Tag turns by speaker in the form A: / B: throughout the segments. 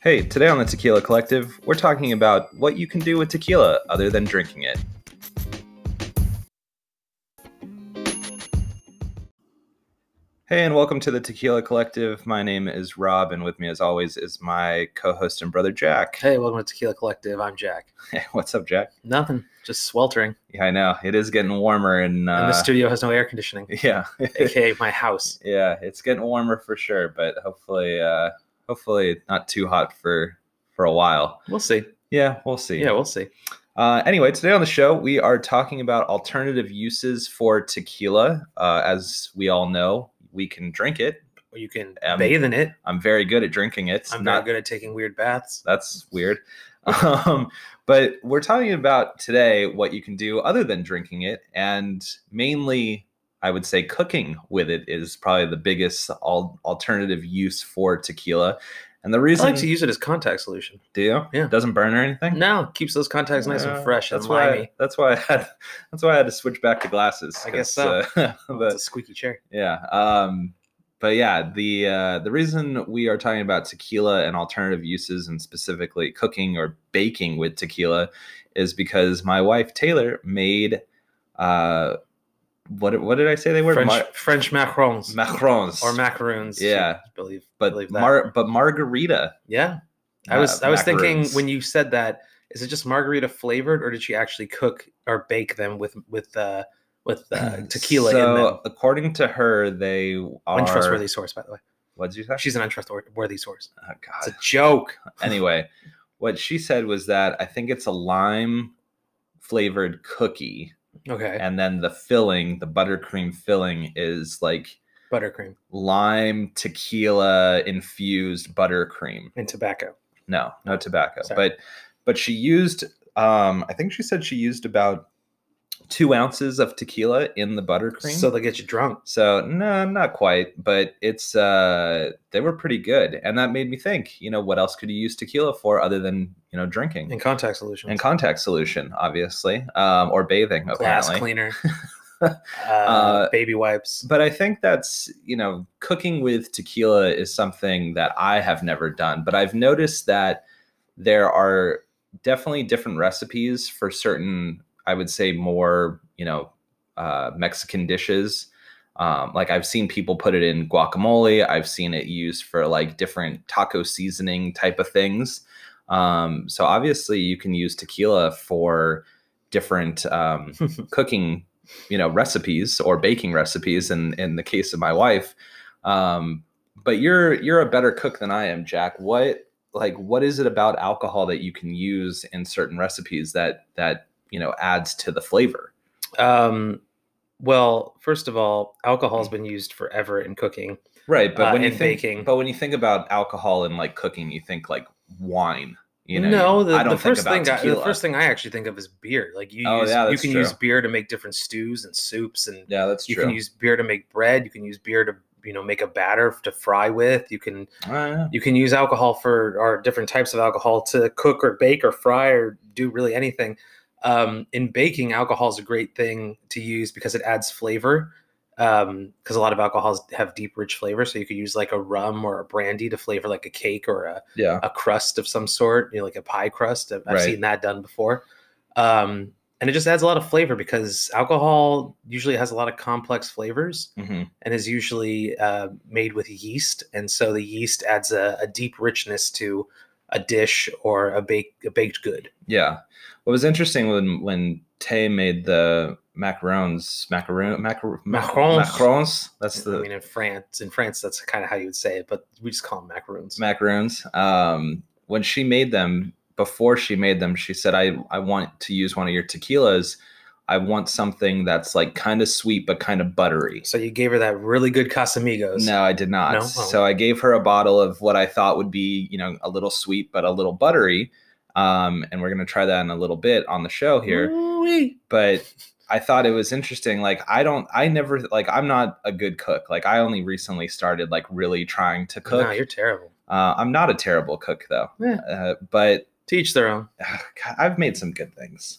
A: Hey, today on the Tequila Collective, we're talking about what you can do with tequila other than drinking it. Hey, and welcome to the Tequila Collective. My name is Rob, and with me, as always, is my co host and brother, Jack.
B: Hey, welcome to Tequila Collective. I'm Jack.
A: Hey, what's up, Jack?
B: Nothing, just sweltering.
A: Yeah, I know. It is getting warmer, and, uh,
B: and the studio has no air conditioning,
A: yeah.
B: aka my house.
A: yeah, it's getting warmer for sure, but hopefully, uh, hopefully not too hot for for a while.
B: We'll see.
A: Yeah, we'll see.
B: Yeah, we'll see.
A: Uh, anyway, today on the show, we are talking about alternative uses for tequila. Uh, as we all know, we can drink it.
B: Or You can
A: Um,
B: bathe in it.
A: I'm very good at drinking it.
B: I'm
A: Not-
B: not good at taking weird baths.
A: That's weird. Um, but we're talking about today what you can do other than drinking it, and mainly, I would say cooking with it is probably the biggest al- alternative use for tequila. And the
B: I
A: reason
B: like to use it as contact solution.
A: do you?
B: Yeah.
A: doesn't burn or anything.
B: No, keeps those contacts nice
A: Yeah,
B: and fresh and
A: That's why.
B: limey.
A: that's why I had. That's why I had to switch back to glasses.
B: I guess
A: 'cause, uh,
B: It's
A: the-
B: a squeaky chair.
A: yeah. Um, but yeah, the uh, the reason we are talking about tequila and alternative uses, and specifically cooking or baking with tequila, is because my wife Taylor made uh, what what did I say they were
B: French,
A: Mar-
B: French macarons
A: macarons
B: or macaroons.
A: Yeah.
B: I believe.
A: but
B: believe that.
A: mar- but margarita.
B: yeah. I
A: uh,
B: was I was thinking
A: macaroons.
B: when you said that, is it just margarita flavored, or did she actually cook or bake them with with uh, with uh, tequila
A: so
B: in them?
A: according to her, they are
B: Untrustworthy source, by the way.
A: What'd you say?
B: She's an untrustworthy source.
A: oh, God.
B: It's a joke.
A: anyway, what she said was that I think it's a lime flavored cookie,
B: Okay.
A: and then the filling, the buttercream filling, is like
B: Buttercream
A: lime tequila infused buttercream.
B: and tobacco.
A: No, no tobacco,
B: Sorry.
A: but but she used. Um, I think she said she used about two ounces of tequila in the buttercream.
B: So they'll get you drunk.
A: So no, not quite, but it's uh they were pretty good. And that made me think, you know, what else could you use tequila for other than, you know, drinking?
B: In contact solutions.
A: And contact solution, obviously. Um, or bathing,
B: Glass
A: apparently.
B: cleaner. uh,
A: Uh,
B: baby wipes.
A: But I think that's, you know, cooking with tequila is something that I have never done. But I've noticed that there are definitely different recipes for certain, I would say, more, you know, uh, Mexican dishes. Um, like I've seen people put it in guacamole, I've seen it used for like different taco seasoning type of things. Um, so obviously, you can use tequila for different um, cooking you know recipes or baking recipes in in the case of my wife um but you're you're a better cook than i am jack what like what is it about alcohol that you can use in certain recipes that that you know adds to the flavor
B: Um, well, first of all, alcohol has been used forever in cooking.
A: right but
B: Uh,
A: when you
B: and
A: think
B: baking.
A: but when you think about alcohol and like cooking you think like wine you know
B: no, the,
A: i don't
B: the first
A: think
B: thing
A: about
B: I, the
A: tequila.
B: first thing I actually think of is beer. Like you,
A: Oh,
B: use,
A: yeah,
B: you
A: that's
B: can
A: true.
B: use beer to make different stews and soups, and
A: yeah that's
B: you
A: true
B: can use beer to make bread. You can use beer to you know make a batter to fry with. You can
A: Oh, yeah.
B: you can use alcohol for or different types of alcohol to cook or bake or fry or do really anything um, in baking alcohol is a great thing to use because it adds flavor because a lot of alcohols have deep rich flavor so you could use like a rum or a brandy to flavor like a cake or a,
A: yeah
B: a crust of some sort you know like a pie crust i've, I've
A: Right.
B: seen that done before um, and it just adds a lot of flavor because alcohol usually has a lot of complex flavors
A: hmm
B: and is usually uh, made with yeast. And so the yeast adds a, a deep richness to a dish or a, bake, a baked good.
A: Yeah. What was interesting when when Tay made the macarons, macaroon, macar-
B: Macarons.
A: macarons. That's the
B: I mean, in France, in France, that's kind of how you would say it, but we just call them macaroons.
A: macaroons. Um, when she made them, before she made them, she said, "I I want to use one of your tequilas. I want something that's like kind of sweet but kind of buttery."
B: so you gave her that really good Casamigos.
A: No, I did not.
B: No? Oh.
A: So I gave her a bottle of what I thought would be, you know, a little sweet but a little buttery. Um, and we're gonna try that in a little bit on the show here.
B: Ooh-wee.
A: but I thought it was interesting. Like, I don't, I never, like, I'm not a good cook. Like, I only recently started, like, really trying to cook.
B: No, you're terrible.
A: uh, I'm not a terrible cook, though.
B: Yeah.
A: Uh, but
B: Teach their own.
A: ugh, God, I've made some good things.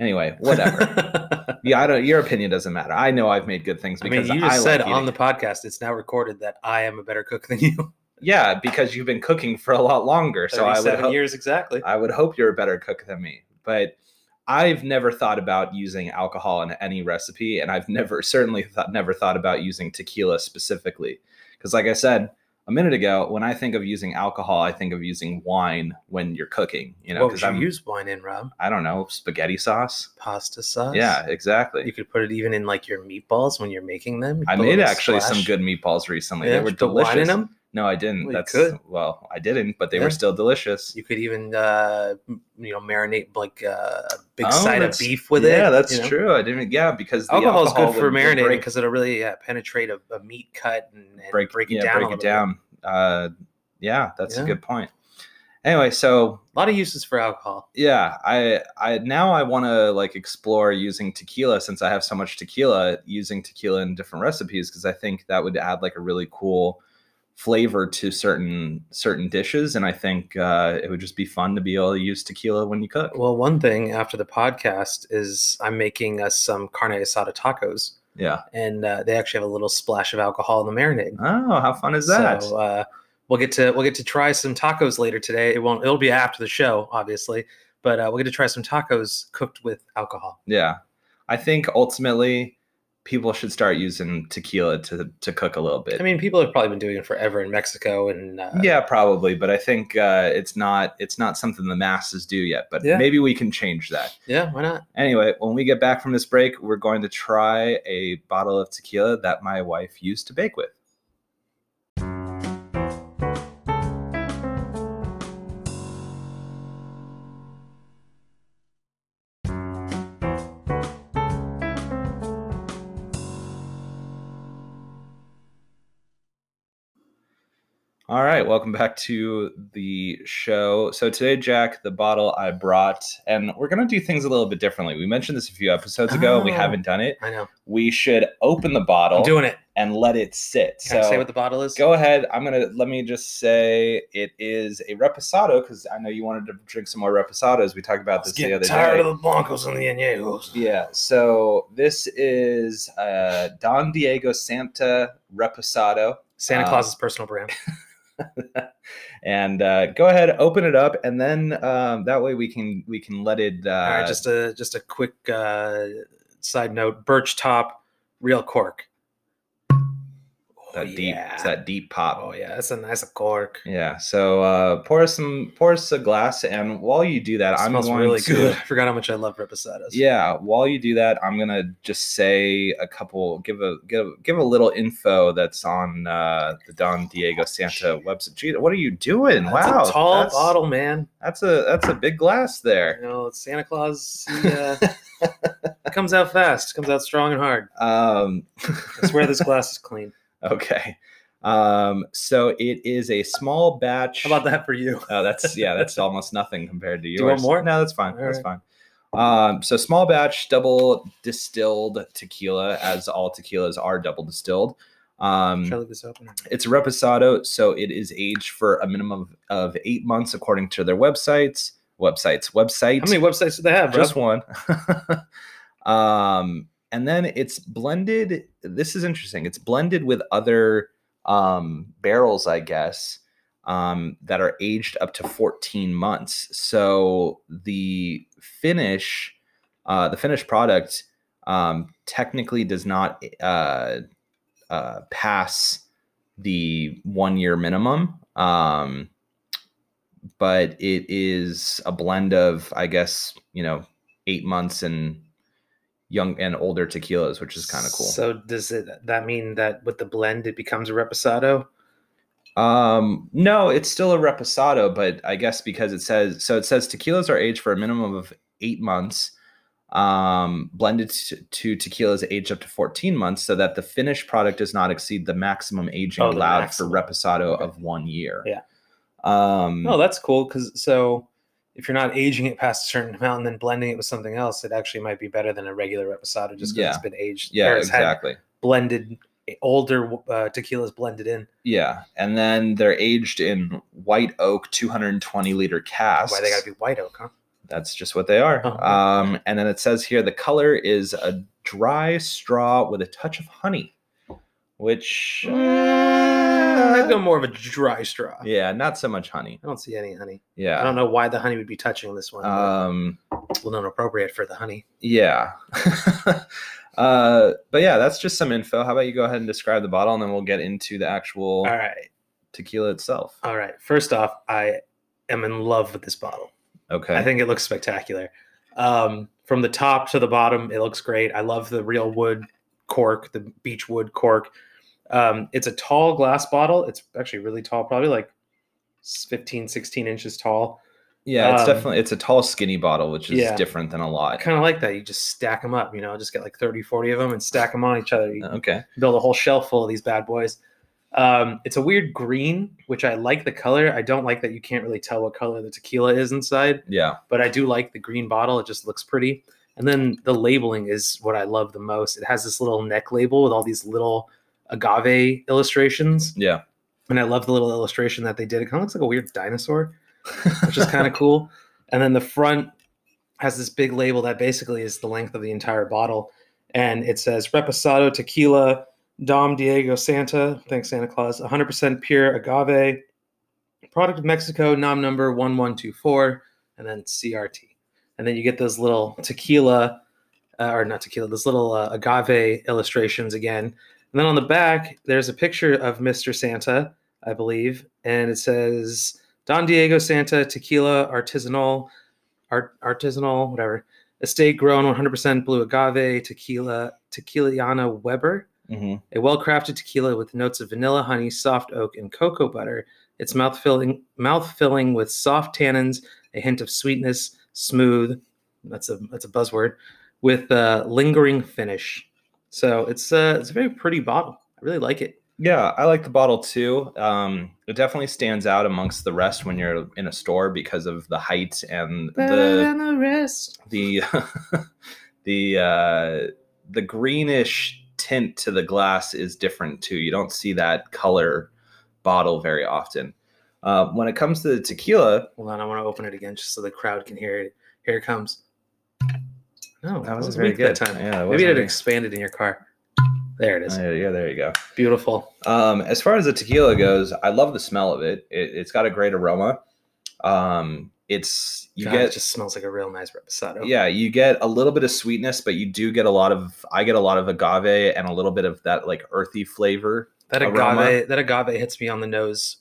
A: Anyway, whatever. yeah, I don't, your opinion doesn't matter. I know I've made good things
B: I mean,
A: because I,
B: you just said
A: like
B: on
A: eating.
B: the podcast, it's now recorded that I am a better cook than you.
A: Yeah, because you've been cooking for a lot longer. So I would
B: seven
A: hope,
B: years exactly.
A: I would hope you're a better cook than me. But I've never thought about using alcohol in any recipe, and I've never certainly thought, never thought about using tequila specifically, because like I said a minute ago, when I think of using alcohol, I think of using wine when you're cooking. You know,
B: what would
A: because
B: you
A: I'm
B: use wine in, Rob?
A: I don't know spaghetti sauce.
B: Pasta sauce.
A: Yeah, exactly.
B: You could put it even in like your meatballs when you're making them. You
A: I
B: put a
A: made
B: little
A: actually some
B: splash.
A: good meatballs recently.
B: Yeah,
A: they were
B: put wine
A: delicious.
B: in them.
A: No, I didn't.
B: Well, you
A: That's
B: could.
A: well, I didn't, but they
B: Yeah.
A: were still delicious.
B: You could even uh, m- you know marinate like uh, a big
A: Oh,
B: side of
A: that's-
B: beef with it.
A: yeah, that's
B: you know?
A: true. I didn't. Yeah, because the
B: Alcohol's
A: alcohol
B: good for
A: would- would
B: marinating
A: break-
B: because it'll really uh, penetrate a, a meat cut and, and break,
A: break,
B: it
A: yeah,
B: down. a
A: Break
B: little
A: it
B: bit.
A: down. Uh, yeah, that's
B: Yeah.
A: a good point. Anyway, so
B: A lot of uses for alcohol.
A: yeah, I I now I want to like explore using tequila since I have so much tequila, using tequila in different recipes because I think that would add like a really cool flavor to certain certain dishes, and I think uh, it would just be fun to be able to use tequila when you cook.
B: Well, one thing after the podcast is I'm making us some carne asada tacos,
A: Yeah.
B: and uh, they actually have a little splash of alcohol in the marinade.
A: Oh, how fun is that?
B: So, uh, we'll get to we'll get to try some tacos later today. It won't. It'll be after the show, obviously, but uh, we'll get to try some tacos cooked with alcohol.
A: Yeah. I think ultimately people should start using tequila to to cook a little bit.
B: I mean, people have probably been doing it forever in Mexico, and uh,
A: yeah, probably, but I think uh, it's not it's not something the masses do yet, but
B: Yeah.
A: maybe we can change that.
B: yeah, why not?
A: Anyway, when we get back from this break, we're going to try a bottle of tequila that my wife used to bake with. All right, welcome back to the show. So today, Jack, the bottle I brought, and we're gonna do things a little bit differently. We mentioned this a few episodes ago, and we
B: Oh.
A: haven't done it.
B: I know.
A: We should open the bottle
B: I'm doing it.
A: and let it sit.
B: Can I
A: so
B: say what the bottle is?
A: go ahead. I'm gonna let me just say it is a reposado because I know you wanted to drink some more reposados. We talked about this the other day.
B: the Blancos and the Añejos.
A: yeah. So this is uh, Don Diego Santa reposado.
B: Santa
A: Um,
B: Claus's personal brand.
A: and uh, go ahead, open it up, and then um, that way we can we can let it. Uh,
B: All right, just a just a quick uh, side note: birch top, real cork. Oh,
A: that deep,
B: yeah.
A: it's that deep pop.
B: oh yeah, that's a nice cork.
A: Yeah. So uh, pour us some, pour us a glass, and while you do that,
B: It
A: I'm
B: smells
A: going
B: really
A: to.
B: good. I forgot how much I love reposados.
A: Yeah. While you do that, I'm gonna just say a couple, give a give give a little info that's on uh, the Don Diego Santa website. Gee, what are you doing?
B: That's
A: wow,
B: a tall
A: that's,
B: bottle, man.
A: That's a that's a big glass
B: You
A: there.
B: know, Santa Claus he, uh, comes out fast, comes out strong and hard.
A: Um,
B: I swear this glass is clean.
A: Okay. Um, so it is a small batch.
B: How about that for you?
A: Oh, that's yeah, that's almost nothing compared to yours.
B: you want more?
A: No, that's fine.
B: All
A: that's fine. Um, so small batch, double distilled tequila, as all tequilas are double distilled.
B: Should I
A: Um,
B: leave this open?
A: it's a reposado, so it is aged for a minimum of, of eight months, according to their websites. Websites, websites.
B: How many websites do they have, bro?
A: Just one. um, and then it's blended. This is interesting. It's blended with other um, barrels, I guess, um, that are aged up to 14 months. So the finish, uh, the finished product, um, technically does not uh, uh, pass the one year minimum. Um, but it is a blend of, I guess, you know, eight months and young and older tequilas, which is kind of cool.
B: So does it that mean that with the blend it becomes a reposado?
A: Um, no, it's still a reposado, but I guess because it says so, it says tequilas are aged for a minimum of eight months, um, blended to, to tequilas aged up to fourteen months, so that the finished product does not exceed the maximum aging
B: Oh, the
A: allowed
B: maximum.
A: for reposado
B: Okay.
A: of one year.
B: Yeah.
A: Um,
B: Oh, that's cool. Because so if you're not aging it past a certain amount and then blending it with something else, it actually might be better than a regular reposado just because
A: Yeah.
B: it's been aged.
A: yeah,
B: or it's had
A: exactly.
B: blended older uh, tequilas blended in.
A: Yeah, and then they're aged in white oak, two hundred and twenty liter casks.
B: Why they gotta be white oak, huh?
A: that's just what they are.
B: Oh, okay.
A: Um, and then it says here the color is a dry straw with a touch of honey. which
B: Hmm.
A: uh,
B: I'd go more of a dry straw.
A: yeah, not so much honey.
B: I don't see any honey. I
A: Yeah.
B: don't know why the honey would be touching this one. but
A: Um,
B: it's well, not appropriate for the honey.
A: yeah. uh, but yeah, that's just some info. How about you go ahead and describe the bottle, and then we'll get into the actual
B: All right,
A: tequila itself.
B: all right. First off, I am in love with this bottle.
A: Okay.
B: I think it looks spectacular. Um, from the top to the bottom, it looks great. I love the real wood cork, the beech wood cork. Um, it's a tall glass bottle. It's actually really tall, probably like s- 15, 16 inches tall.
A: yeah, it's
B: um,
A: definitely it's a tall, skinny bottle, which is
B: Yeah.
A: different than a
B: I
A: lot.
B: kind of like that. You just stack them up, you know, just get like 30, 40 of them and stack them on each other. You
A: Okay.
B: build a whole shelf full of these bad boys. Um, it's a weird green, which I like the color. I don't like that you can't really tell what color the tequila is inside.
A: Yeah.
B: but I do like the green bottle. It just looks pretty. And then the labeling is what I love the most. It has this little neck label with all these little agave illustrations.
A: Yeah.
B: And I love the little illustration that they did. It kind of looks like a weird dinosaur, which is kind of cool. And then the front has this big label that basically is the length of the entire bottle. And it says Reposado Tequila, Dom Diego Santa, thanks Santa Claus, 100% pure agave, product of Mexico, nom number 1124, and then CRT. And then you get those little tequila, uh, or not tequila, those little uh, agave illustrations again. And then on the back, there's a picture of Mr. Santa, I believe, and it says Don Diego Santa Tequila Artisanal, art, artisanal, whatever, estate grown 100% blue agave tequila, Tequiliana Weber.
A: hmm
B: A well crafted tequila with notes of vanilla, honey, soft oak, and cocoa butter. It's mouth filling, mouth filling with soft tannins, a hint of sweetness, smooth. That's a that's a buzzword, with a lingering finish. So it's a it's a very pretty bottle. I really like it.
A: Yeah, I like the bottle too. Um, it definitely stands out amongst the rest when you're in a store because of the height and the
B: Than the rest.
A: the the uh, the greenish tint to the glass is different too. You don't see that color bottle very often. Uh, when it comes to the tequila,
B: Hold on, I want to open it again just so the crowd can hear it. Here it comes. No,
A: that wasn't
B: was
A: very
B: weak that
A: good.
B: time.
A: Yeah,
B: Maybe it
A: wasn't
B: had
A: very-
B: expanded in your car. There it is.
A: Oh, yeah, there you go.
B: Beautiful.
A: Um, as far as the tequila goes, I love the smell of it. it it's got a great aroma. Um, it's you
B: God,
A: get
B: it just smells like a real nice reposado.
A: Yeah, you get a little bit of sweetness, but you do get a lot of I get a lot of agave and a little bit of that like earthy flavor.
B: That agave,
A: aroma.
B: that agave hits me on the nose,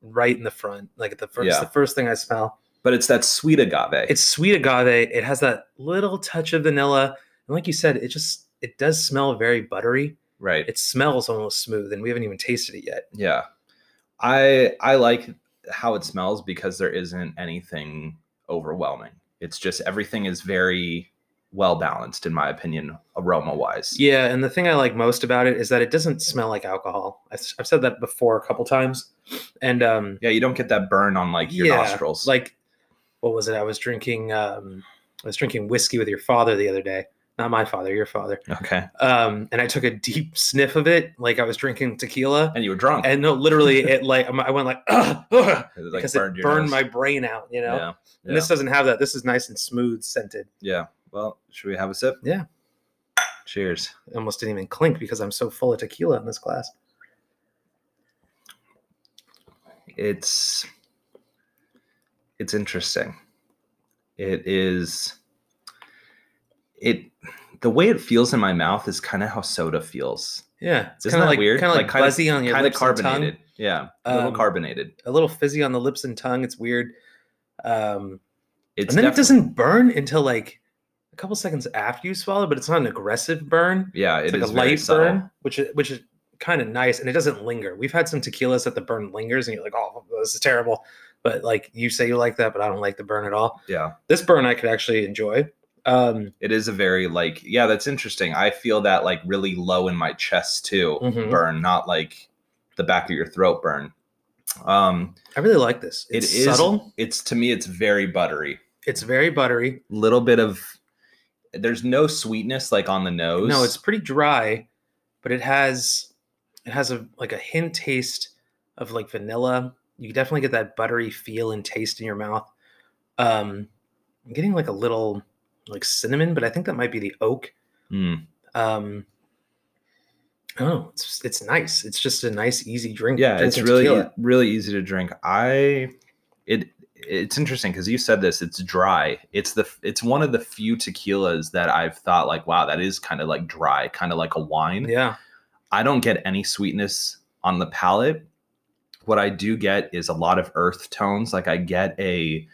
B: right in the front. Like at the first,
A: Yeah.
B: the first thing I smell.
A: But it's that sweet agave.
B: It's sweet agave. It has that little touch of vanilla, and like you said, it just it does smell very buttery.
A: right.
B: It smells almost smooth, and we haven't even tasted it yet.
A: yeah. I I like how it smells because there isn't anything overwhelming. It's just everything is very well balanced in my opinion aroma wise.
B: Yeah, and the thing I like most about it is that it doesn't smell like alcohol. I s- I've said that before a couple times, and um,
A: Yeah, you don't get that burn on like your
B: Yeah,
A: nostrils.
B: like what was it? I was drinking um, I was drinking whiskey with your father the other day. Not my father, your father.
A: okay.
B: um, and I took a deep sniff of it, like I was drinking tequila.
A: And you were drunk.
B: And no, literally, it like I'm- I went like "Ugh, ugh,"
A: it, like,
B: because it
A: your
B: burned
A: nose.
B: my brain out, you know.
A: Yeah.
B: And this doesn't have that. This is nice and smooth scented.
A: Yeah. Well, should we have a sip?
B: Yeah.
A: Cheers.
B: I almost didn't even clink because I'm so full of tequila in this glass.
A: it's it's interesting it is it the way it feels in my mouth is kind of how soda feels
B: Yeah, it's
A: Isn't
B: kind of
A: that
B: like
A: weird?
B: kind of like,
A: Like, kinda-
B: buzzy on your
A: kind of
B: lips
A: carbonated
B: and
A: yeah a little
B: Um,
A: carbonated
B: tongue, a little fizzy on the lips and tongue. It's weird. Um,
A: it's
B: and then it
A: defi-
B: doesn't burn until like a couple seconds after you swallow, but it's not an aggressive burn.
A: yeah
B: it's
A: it
B: like
A: is
B: a
A: very
B: light
A: subtle.
B: burn, which is which is kind of nice, and it doesn't linger. We've had some tequilas that the burn lingers, and you're like, "Oh, this is terrible." But like you say, you like that, but I don't like the burn at all.
A: yeah
B: This burn I could actually enjoy. Um,
A: it is a very like yeah that's interesting i feel that like really low in my chest too
B: Mhm.
A: burn not like the back of your throat burn um
B: I really like this.
A: It
B: It's
A: is-
B: subtle.
A: it's to me it's very buttery
B: It's very buttery.
A: little bit of there's no sweetness like on the nose.
B: No, it's pretty dry, but it has it has a like a hint taste of like vanilla. You definitely get that buttery feel and taste in your mouth. Um, I'm getting like a little
A: Hmm.
B: Mm, like cinnamon, but Um, I think that might be the oak.
A: Mm,
B: Um, Oh, it's it's nice. It's just a nice, easy drink.
A: Yeah,
B: drinking
A: it's really e
B: tequila.
A: really easy to drink. I it it's interesting because you said this. It's dry. It's the it's one of the few tequilas that I've thought like, wow, that is kind of like dry, kind of like a wine.
B: yeah.
A: I don't get any sweetness on the palate. What I do get is a lot of earth tones. Like I get a,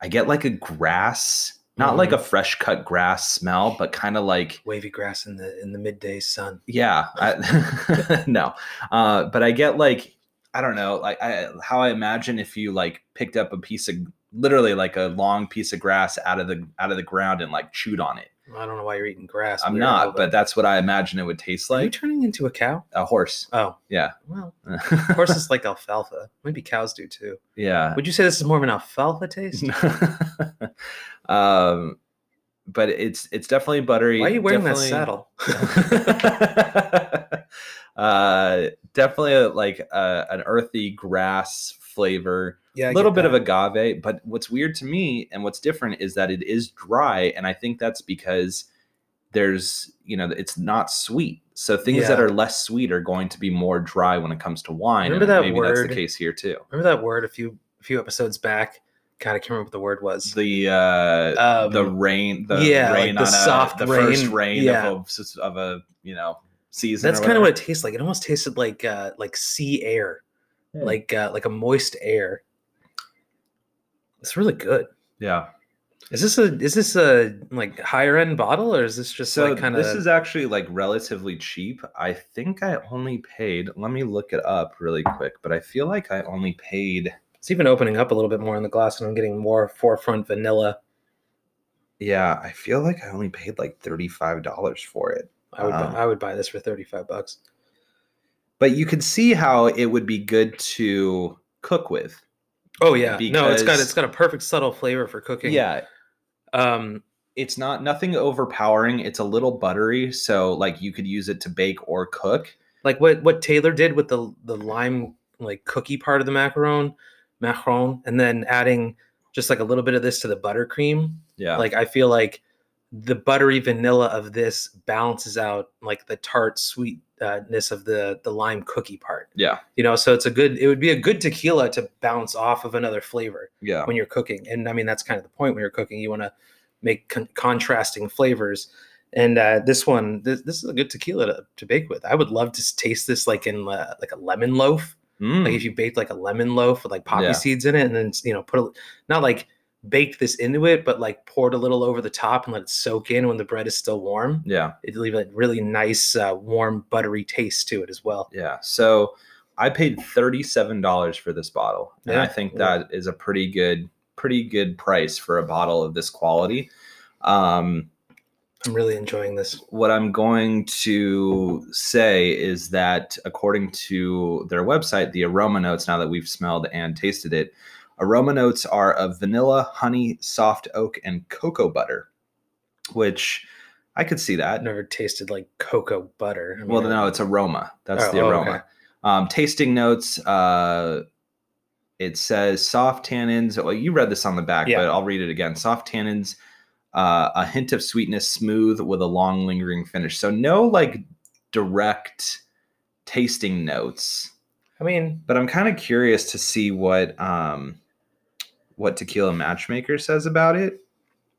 A: I get like a grass, not like
B: Mm-hmm.
A: a fresh cut grass smell, but kind of like
B: Wavy grass in the in the midday sun.
A: yeah, I, no, uh, but I get like I don't know, like I, how I imagine if you like picked up a piece of literally like a long piece of grass out of the out of the ground and like chewed on it.
B: Well, I don't know why you're eating grass.
A: I'm
B: weirdo,
A: not, but that's what I imagine it would taste
B: are you
A: like.
B: turning into a cow?
A: A horse,
B: Oh,
A: yeah.
B: well, of course it's like alfalfa. Maybe cows do too.
A: yeah.
B: Uh, Would you say this is more of an alfalfa taste?
A: um, but it's it's definitely buttery.
B: Why are you wearing
A: definitely-
B: that saddle?
A: uh, definitely a, like a, an earthy grass flavor,
B: Yeah,
A: a
B: a
A: little bit of agave. But what's weird to me and what's different is that it is dry, and I think that's because there's you know it's not sweet. So things that
B: Yeah.
A: are less sweet are going to be more dry when it comes to wine.
B: Remember
A: and
B: that
A: maybe that's the
B: word?
A: case here too.
B: Remember that word a few a few episodes back? God, I can't remember what the word was.
A: The uh,
B: um,
A: the rain, the
B: yeah, like
A: rain
B: the
A: on
B: soft
A: a, the first
B: rain,
A: rain
B: yeah.
A: of, a, of a you know season.
B: that's kind of what it tastes like. It almost tasted like uh, like sea air,
A: Hmm.
B: like uh, like a moist air. It's really good.
A: Yeah.
B: Is this a is this a like higher end bottle or is this just
A: so
B: like kind of
A: this is actually like relatively cheap. I think I only paid. Let me look it up really quick. But I feel like I only paid.
B: it's even opening up a little bit more in the glass and I'm getting more forefront vanilla.
A: Yeah, I feel like I only paid like thirty five dollars for it.
B: I would
A: Wow.
B: buy, I would buy this for 35 bucks.
A: But you could see how it would be good to cook with.
B: Oh yeah. no, it's got
A: Because-
B: it's got a perfect subtle flavor for cooking.
A: Yeah,
B: Um
A: it's not nothing overpowering. It's a little buttery, so like you could use it to bake or cook.
B: like what what Taylor did with the the lime like cookie part of the macaron, macaron and then adding just like a little bit of this to the buttercream.
A: Yeah.
B: Like I feel like the buttery vanilla of this balances out like the tart sweetness of the the lime cookie part.
A: Yeah.
B: You know, so it's a good it would be a good tequila to bounce off of another flavor
A: Yeah.
B: when you're cooking. And I mean, that's kind of the point when you're cooking. You want to make con- contrasting flavors. And uh, this one, this, this is a good tequila to, to bake with. I would love to s- taste this like in uh, like a lemon loaf.
A: Mm.
B: Like if you baked like a lemon loaf with like poppy
A: Hmm. Yeah.
B: seeds in it, and then you know put a, not like baked this into it, but like poured a little over the top and let it soak in when the bread is still warm.
A: yeah.
B: It'd leave a really nice, uh, warm, buttery taste to it as well.
A: Yeah. So I paid $37 for this bottle. And I
B: Yeah.
A: think
B: Yeah.
A: that is a pretty good, pretty good price for a bottle of this quality. Um,
B: I'm really enjoying this.
A: what I'm going to say is that according to their website, the aroma notes, now that we've smelled and tasted it, aroma notes are of vanilla, honey, soft oak, and cocoa butter, which I could see that.
B: I've never tasted like cocoa butter. I mean,
A: Well,
B: I-
A: no, it's aroma. That's
B: Oh,
A: the
B: oh,
A: aroma.
B: okay.
A: Um, tasting notes. Uh, it says soft tannins. Well, you read this on the back,
B: Yeah.
A: but I'll read it again. Soft tannins, uh, a hint of sweetness, smooth with a long lingering finish. So no like direct tasting notes.
B: I mean,
A: But I'm kind of curious to see what um, what Tequila Matchmaker says about it,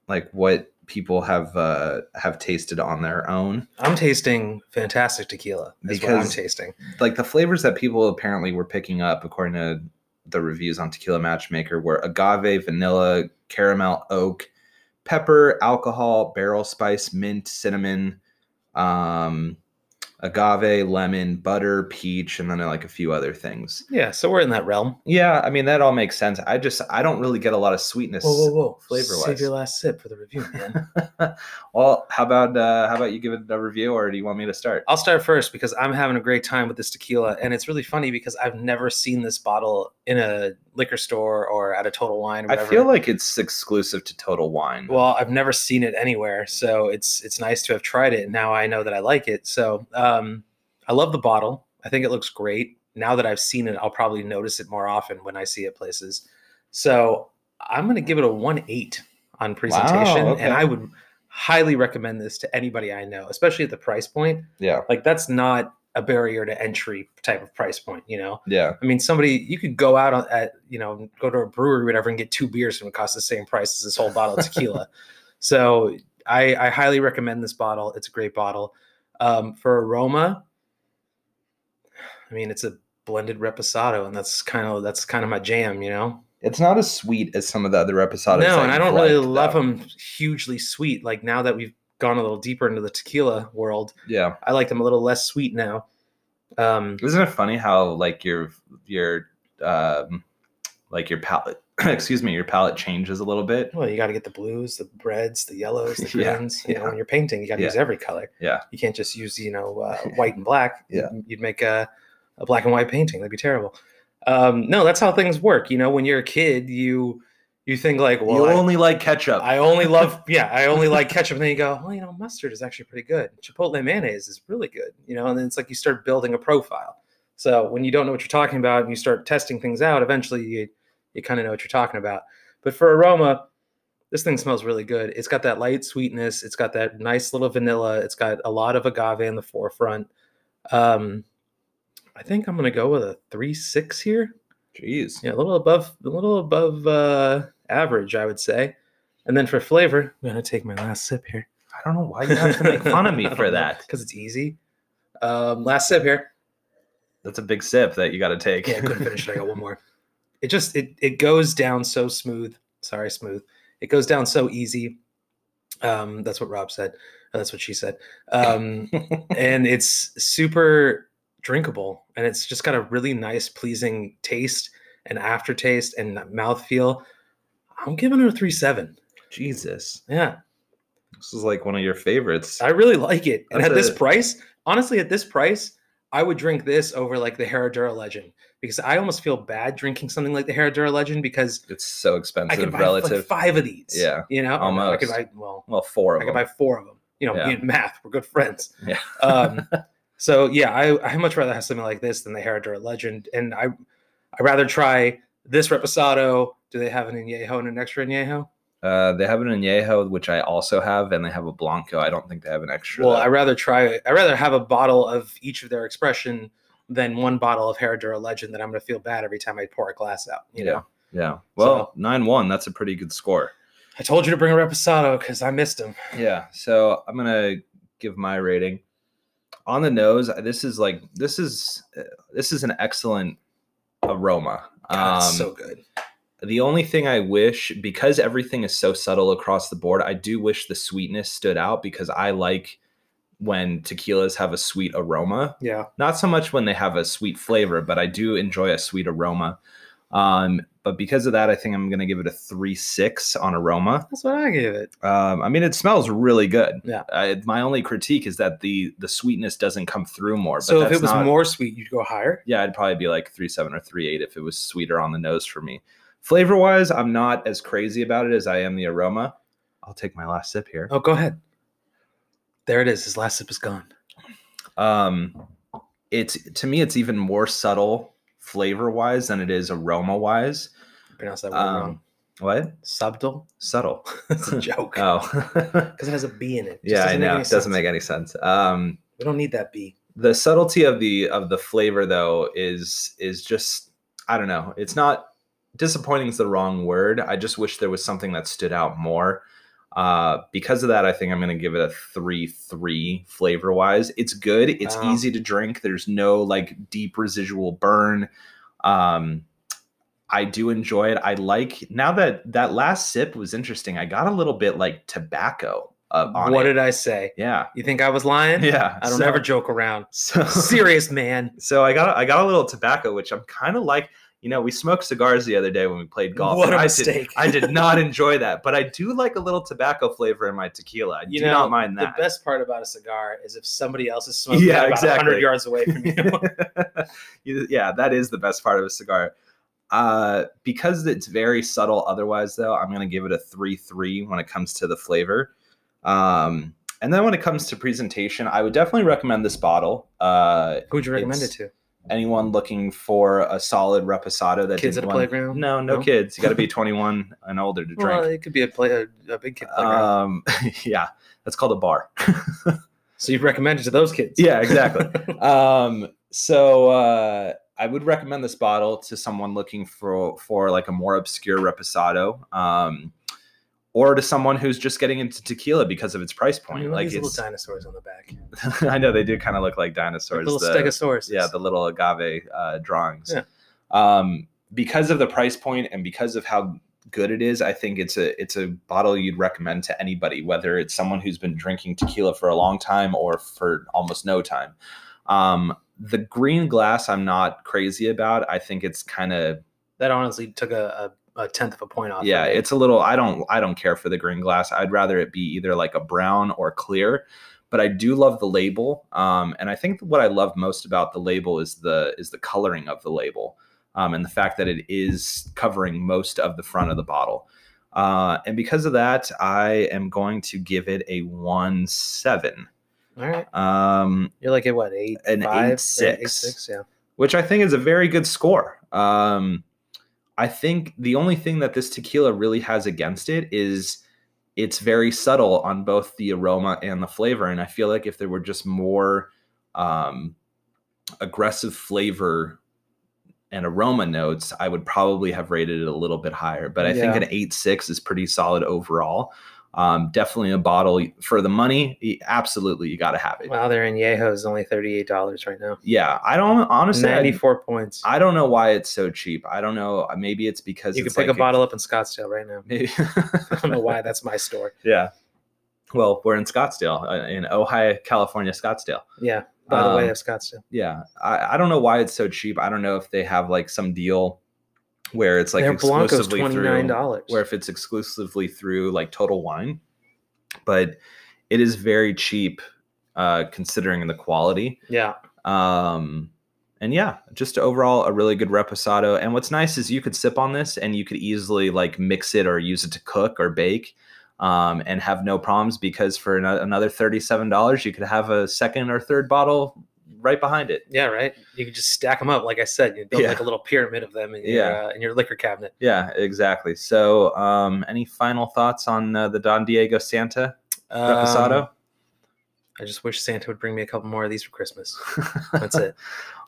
A: like what people have uh, have tasted on their own.
B: I'm tasting fantastic tequila. Is what I'm
A: Because-
B: tasting.
A: like the flavors that people apparently were picking up according to the reviews on tequila matchmaker were agave vanilla caramel oak pepper alcohol barrel spice mint cinnamon um agave lemon butter peach and then like a few other things
B: Yeah, so we're in that realm.
A: yeah i mean that all makes sense i just i don't really get a lot of sweetness
B: Whoa, whoa, whoa!
A: flavor-wise.
B: Save your last sip for the review, man.
A: well how about uh how about you give it a review or do you want me to start
B: I'll start first because I'm having a great time with this tequila, and it's really funny because I've never seen this bottle in a liquor store or at a Total Wine. Or
A: i
B: whatever.
A: feel like it's exclusive to total wine
B: well, I've never seen it anywhere, so it's it's nice to have tried it. and Now I know that I like it. So um, I love the bottle. I think it looks great. Now that I've seen it, I'll probably notice it more often when I see it places. So I'm going to give it a one eight on presentation,
A: okay.
B: and I would highly recommend this to anybody I know, especially at the price point.
A: yeah
B: Like that's not a barrier to entry type of price point. You know,
A: Yeah.
B: I mean, somebody you could go out on, at you know go to a brewery or whatever and get two beers and it costs the same price as this whole bottle of tequila. So I, I highly recommend this bottle. It's a great bottle. Um, for aroma, I mean, it's a blended reposado, and that's kind of that's kind of my jam. You know,
A: It's not as sweet as some of the other reposados.
B: no,
A: that
B: and I
A: you've
B: don't really
A: liked,
B: love
A: though.
B: them hugely sweet. Like now that we've gone a little deeper into the tequila world,
A: Yeah.
B: I like them a little less sweet now. Um,
A: Isn't it funny how like your your um like your palate excuse me, your palate changes a little bit?
B: well, you got to get the blues, the reds, the yellows, the
A: Yeah,
B: greens. You know,
A: yeah.
B: when you're painting, you got to
A: Yeah.
B: use every color.
A: Yeah.
B: you can't just use you know uh, white and black.
A: Yeah.
B: You'd- you'd make a, a black and white painting. That'd be terrible. Um, no, that's how things work. You know, when you're a kid, you you think like, well,
A: you
B: I-
A: only like ketchup.
B: I only love, yeah, I only like ketchup. And then you go, well, you know, mustard is actually pretty good. Chipotle mayonnaise is really good, you know, and then it's like you start building a profile. So when you don't know what you're talking about and you start testing things out, eventually you, you kind of know what you're talking about. But for aroma, this thing smells really good. It's got that light sweetness. It's got that nice little vanilla. It's got a lot of agave in the forefront. Um, I think I'm gonna go with a three six here.
A: Jeez.
B: Yeah, a little above, a little above uh, average, I would say. And then for flavor, I'm gonna take my last sip here.
A: I don't know why you have to make fun of me for that.
B: because it's easy. Um, last sip here.
A: That's a big sip that you got to take.
B: Yeah, I couldn't finish it. I got one more. It just it it goes down so smooth. Sorry, smooth. It goes down so easy. Um, that's what Rob said. Uh, That's what she said. Um, and it's super drinkable, and it's just got a really nice, pleasing taste and aftertaste and mouthfeel. I'm giving it a three seven.
A: Jesus.
B: Yeah,
A: This is like one of your favorites.
B: I really like it. And
A: That's
B: at this
A: a-
B: price, honestly, at this price, I would drink this over like the Herradura Legend because I almost feel bad drinking something like the Herradura Legend because
A: It's so
B: I could
A: expensive
B: buy
A: relative.
B: like five of these.
A: Yeah,
B: you know, Or no, I could
A: almost.
B: buy well,
A: well, four of
B: I could
A: them.
B: buy four of them. You know,
A: Yeah.
B: me and math, we're good friends.
A: Yeah.
B: Um, so yeah, I I much rather have something like this than the Herradura Legend, and I I rather try this reposado. Do they have an añejo and an extra añejo?
A: uh, they have an añejo, which I also have, and they have a blanco. I don't think they have an extra.
B: Well,
A: though.
B: I rather try. I rather have a bottle of each of their expression than one bottle of Herradura Legend that I'm going to feel bad every time I pour a glass out. You
A: Yeah.
B: know,
A: yeah. Well,
B: so-
A: nine one. That's a pretty good score.
B: I told you to bring a reposado because I missed him.
A: Yeah. So I'm gonna give my rating on the nose. uh, This is like this is uh, this is an excellent aroma. Um,
B: God, it's so good.
A: The only thing I wish, because everything is so subtle across the board, I do wish the sweetness stood out because I like when tequilas have a sweet aroma.
B: Yeah,
A: Not so much when they have a sweet flavor, but I do enjoy a sweet aroma. Um, but because of that, I think I'm going to give it a 3 6 on aroma.
B: that's what I give it.
A: Um, I mean, it smells really good.
B: Yeah.
A: I, my only critique is that the the sweetness doesn't come through more. But
B: so if
A: that's
B: it was
A: not-
B: more sweet, you'd go higher.
A: yeah, I'd probably be like three seven or three eight if it was sweeter on the nose for me. Flavor wise, I'm not as crazy about it as I am the aroma. I'll take my last sip here.
B: Oh, go ahead. There it is. His last sip is gone.
A: Um, it's to me, it's even more subtle flavor wise than it is aroma wise.
B: Pronounce that word wrong.
A: Um, what
B: Subtle.
A: subtle?
B: It's a joke because
A: Oh,
B: it has a B in it. It just
A: yeah, I
B: doesn't make
A: know.
B: any
A: It doesn't
B: sense.
A: make any sense. Um,
B: We don't need that B.
A: the subtlety of the of the flavor though is is just i don't know it's not disappointing is the wrong word i just wish there was something that stood out more uh because of that i think i'm going to give it a 3 3 flavor wise it's good it's
B: Wow.
A: easy to drink there's no like deep residual burn um I do enjoy it. I like now that that last sip was interesting. I got a little bit like tobacco uh, on
B: What
A: it.
B: did I say?
A: yeah,
B: You think I was lying?
A: yeah.
B: I don't
A: So-
B: ever joke around.
A: So
B: Serious man.
A: So I got I got a little tobacco, which I'm kind of like. You know, we smoked cigars the other day when we played golf.
B: What
A: and
B: a
A: I
B: mistake.
A: Did, I did not enjoy that, but I do like a little tobacco flavor in my tequila. I
B: You
A: do
B: know,
A: not mind
B: The
A: that.
B: best part about a cigar is if somebody else is smoking
A: Yeah,
B: it about
A: exactly.
B: 100 yards away from you.
A: You- yeah, that is the best part of a cigar. Uh, because it's very subtle otherwise, though, I'm going to give it a 3 3 when it comes to the flavor. Um, and then when it comes to presentation, I would definitely recommend this bottle. Uh,
B: Who'd you recommend
A: It's-
B: it to?
A: anyone looking for a solid reposado that
B: Kids at
A: didn't
B: a
A: want-
B: playground?
A: No, no,
B: No?
A: kids. You got to be 21 and older to drink. Uh,
B: Well, it could be a play, a, a big kid playground.
A: um, yeah, that's called a bar.
B: So you recommend it to those kids?
A: Yeah, exactly. um, so uh, I would recommend this bottle to someone looking for for like a more obscure reposado, um, or to someone who's just getting into tequila because of its price
B: I
A: point.
B: mean, like
A: like
B: these little
A: it's,
B: dinosaurs on the back, Like
A: I know they do kind of look like dinosaurs.
B: little
A: the-
B: stegosauruses.
A: yeah, the little agave uh, drawings.
B: Yeah.
A: Um, because of the price point and because of how good it is, I think it's a it's a bottle you'd recommend to anybody, whether it's someone who's been drinking tequila for a long time or for almost no time. Um, the green glass, I'm not crazy about. I think it's kind of
B: that honestly took a, a, a tenth of a point off.
A: yeah,
B: of it.
A: it's a little. I don't I don't care for the green glass. I'd rather it be either like a brown or clear. But I do love the label, um, and I think what I love most about the label is the is the coloring of the label, um, and the fact that it is covering most of the front of the bottle. Uh, and because of that, I am going to give it a one seven,
B: all right.
A: um,
B: You're like at what eight?
A: An
B: five,
A: eight,
B: eight,
A: six.
B: six, Yeah.
A: which I think is a very good score. Um, I think the only thing that this tequila really has against it is it's very subtle on both the aroma and the flavor. And I feel like if there were just more um, aggressive flavor and aroma notes, I would probably have rated it a little bit higher. But I think
B: Yeah.
A: an 8.6 is pretty solid overall. Um, definitely a bottle for the money. y- Absolutely, you got to have it.
B: Wow, they're in Yeho is only thirty eight dollars right now.
A: yeah, I don't honestly. I-
B: Ninety four points.
A: I don't know why it's so cheap. I don't know. uh, Maybe it's because
B: you can
A: it's
B: pick
A: like
B: a bottle up in Scottsdale right now.
A: Maybe,
B: I don't know why that's my store.
A: yeah. Well, we're in Scottsdale, uh, in Ohio, California, Scottsdale.
B: Yeah. By the way,
A: Um,
B: of Scottsdale.
A: Yeah, I, I don't know why it's so cheap. I don't know if they have like some deal where it's like
B: Their Blanco's
A: exclusively
B: twenty nine
A: through,
B: dollars.
A: where if it's exclusively through like Total Wine, but it is very cheap uh, considering the quality.
B: Yeah.
A: Um, and yeah, just overall a really good reposado. And what's nice is you could sip on this and you could easily like mix it or use it to cook or bake um, and have no problems because for ano- another $37, you could have a second or third bottle right behind it.
B: Yeah, right. You could just stack them up, like I said. You build
A: Yeah.
B: like a little pyramid of them in your
A: Yeah.
B: uh, in your liquor cabinet.
A: Yeah, exactly. So, um, any final thoughts on uh, the Don Diego Santa reposado?
B: Um, I just wish Santa would bring me a couple more of these for Christmas. That's it.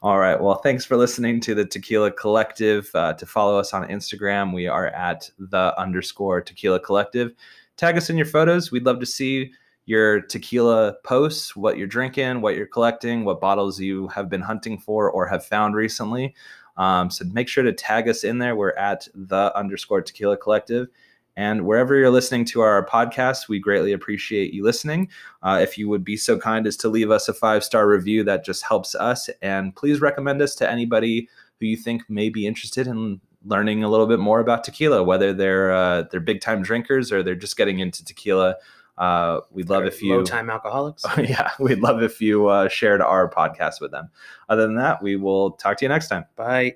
A: All right. Well, thanks for listening to the Tequila Collective. Uh, to follow us on Instagram, we are at the underscore Tequila Collective. Tag us in your photos. We'd love to see your tequila posts, what you're drinking, what you're collecting, what bottles you have been hunting for or have found recently. Um, so make sure to tag us in there. We're at the underscore Tequila Collective. And wherever you're listening to our podcast, we greatly appreciate you listening. Uh, if you would be so kind as to leave us a five star review, that just helps us. And please recommend us to anybody who you think may be interested in learning a little bit more about tequila, whether they're uh, they're big time drinkers or they're just getting into tequila. Uh, we'd love if you
B: low time alcoholics.
A: yeah, we'd love if you uh, shared our podcast with them. Other than that, we will talk to you next time.
B: Bye.